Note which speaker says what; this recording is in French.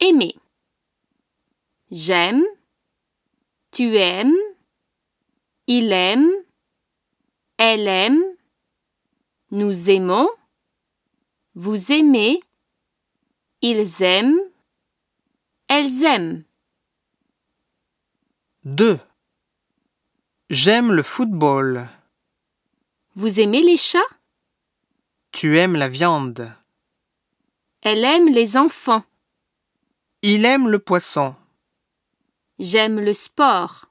Speaker 1: Aimer. J'aime. Tu aimes. Il aime. Elle aime. Nous aimons. Vous aimez. Ils aiment. Elles aiment.
Speaker 2: 2. J'aime le football.
Speaker 1: Vous aimez les chats
Speaker 2: Tu aimes la viande.
Speaker 1: Elle aime les enfants.
Speaker 2: Il aime le poisson.
Speaker 1: J'aime le sport.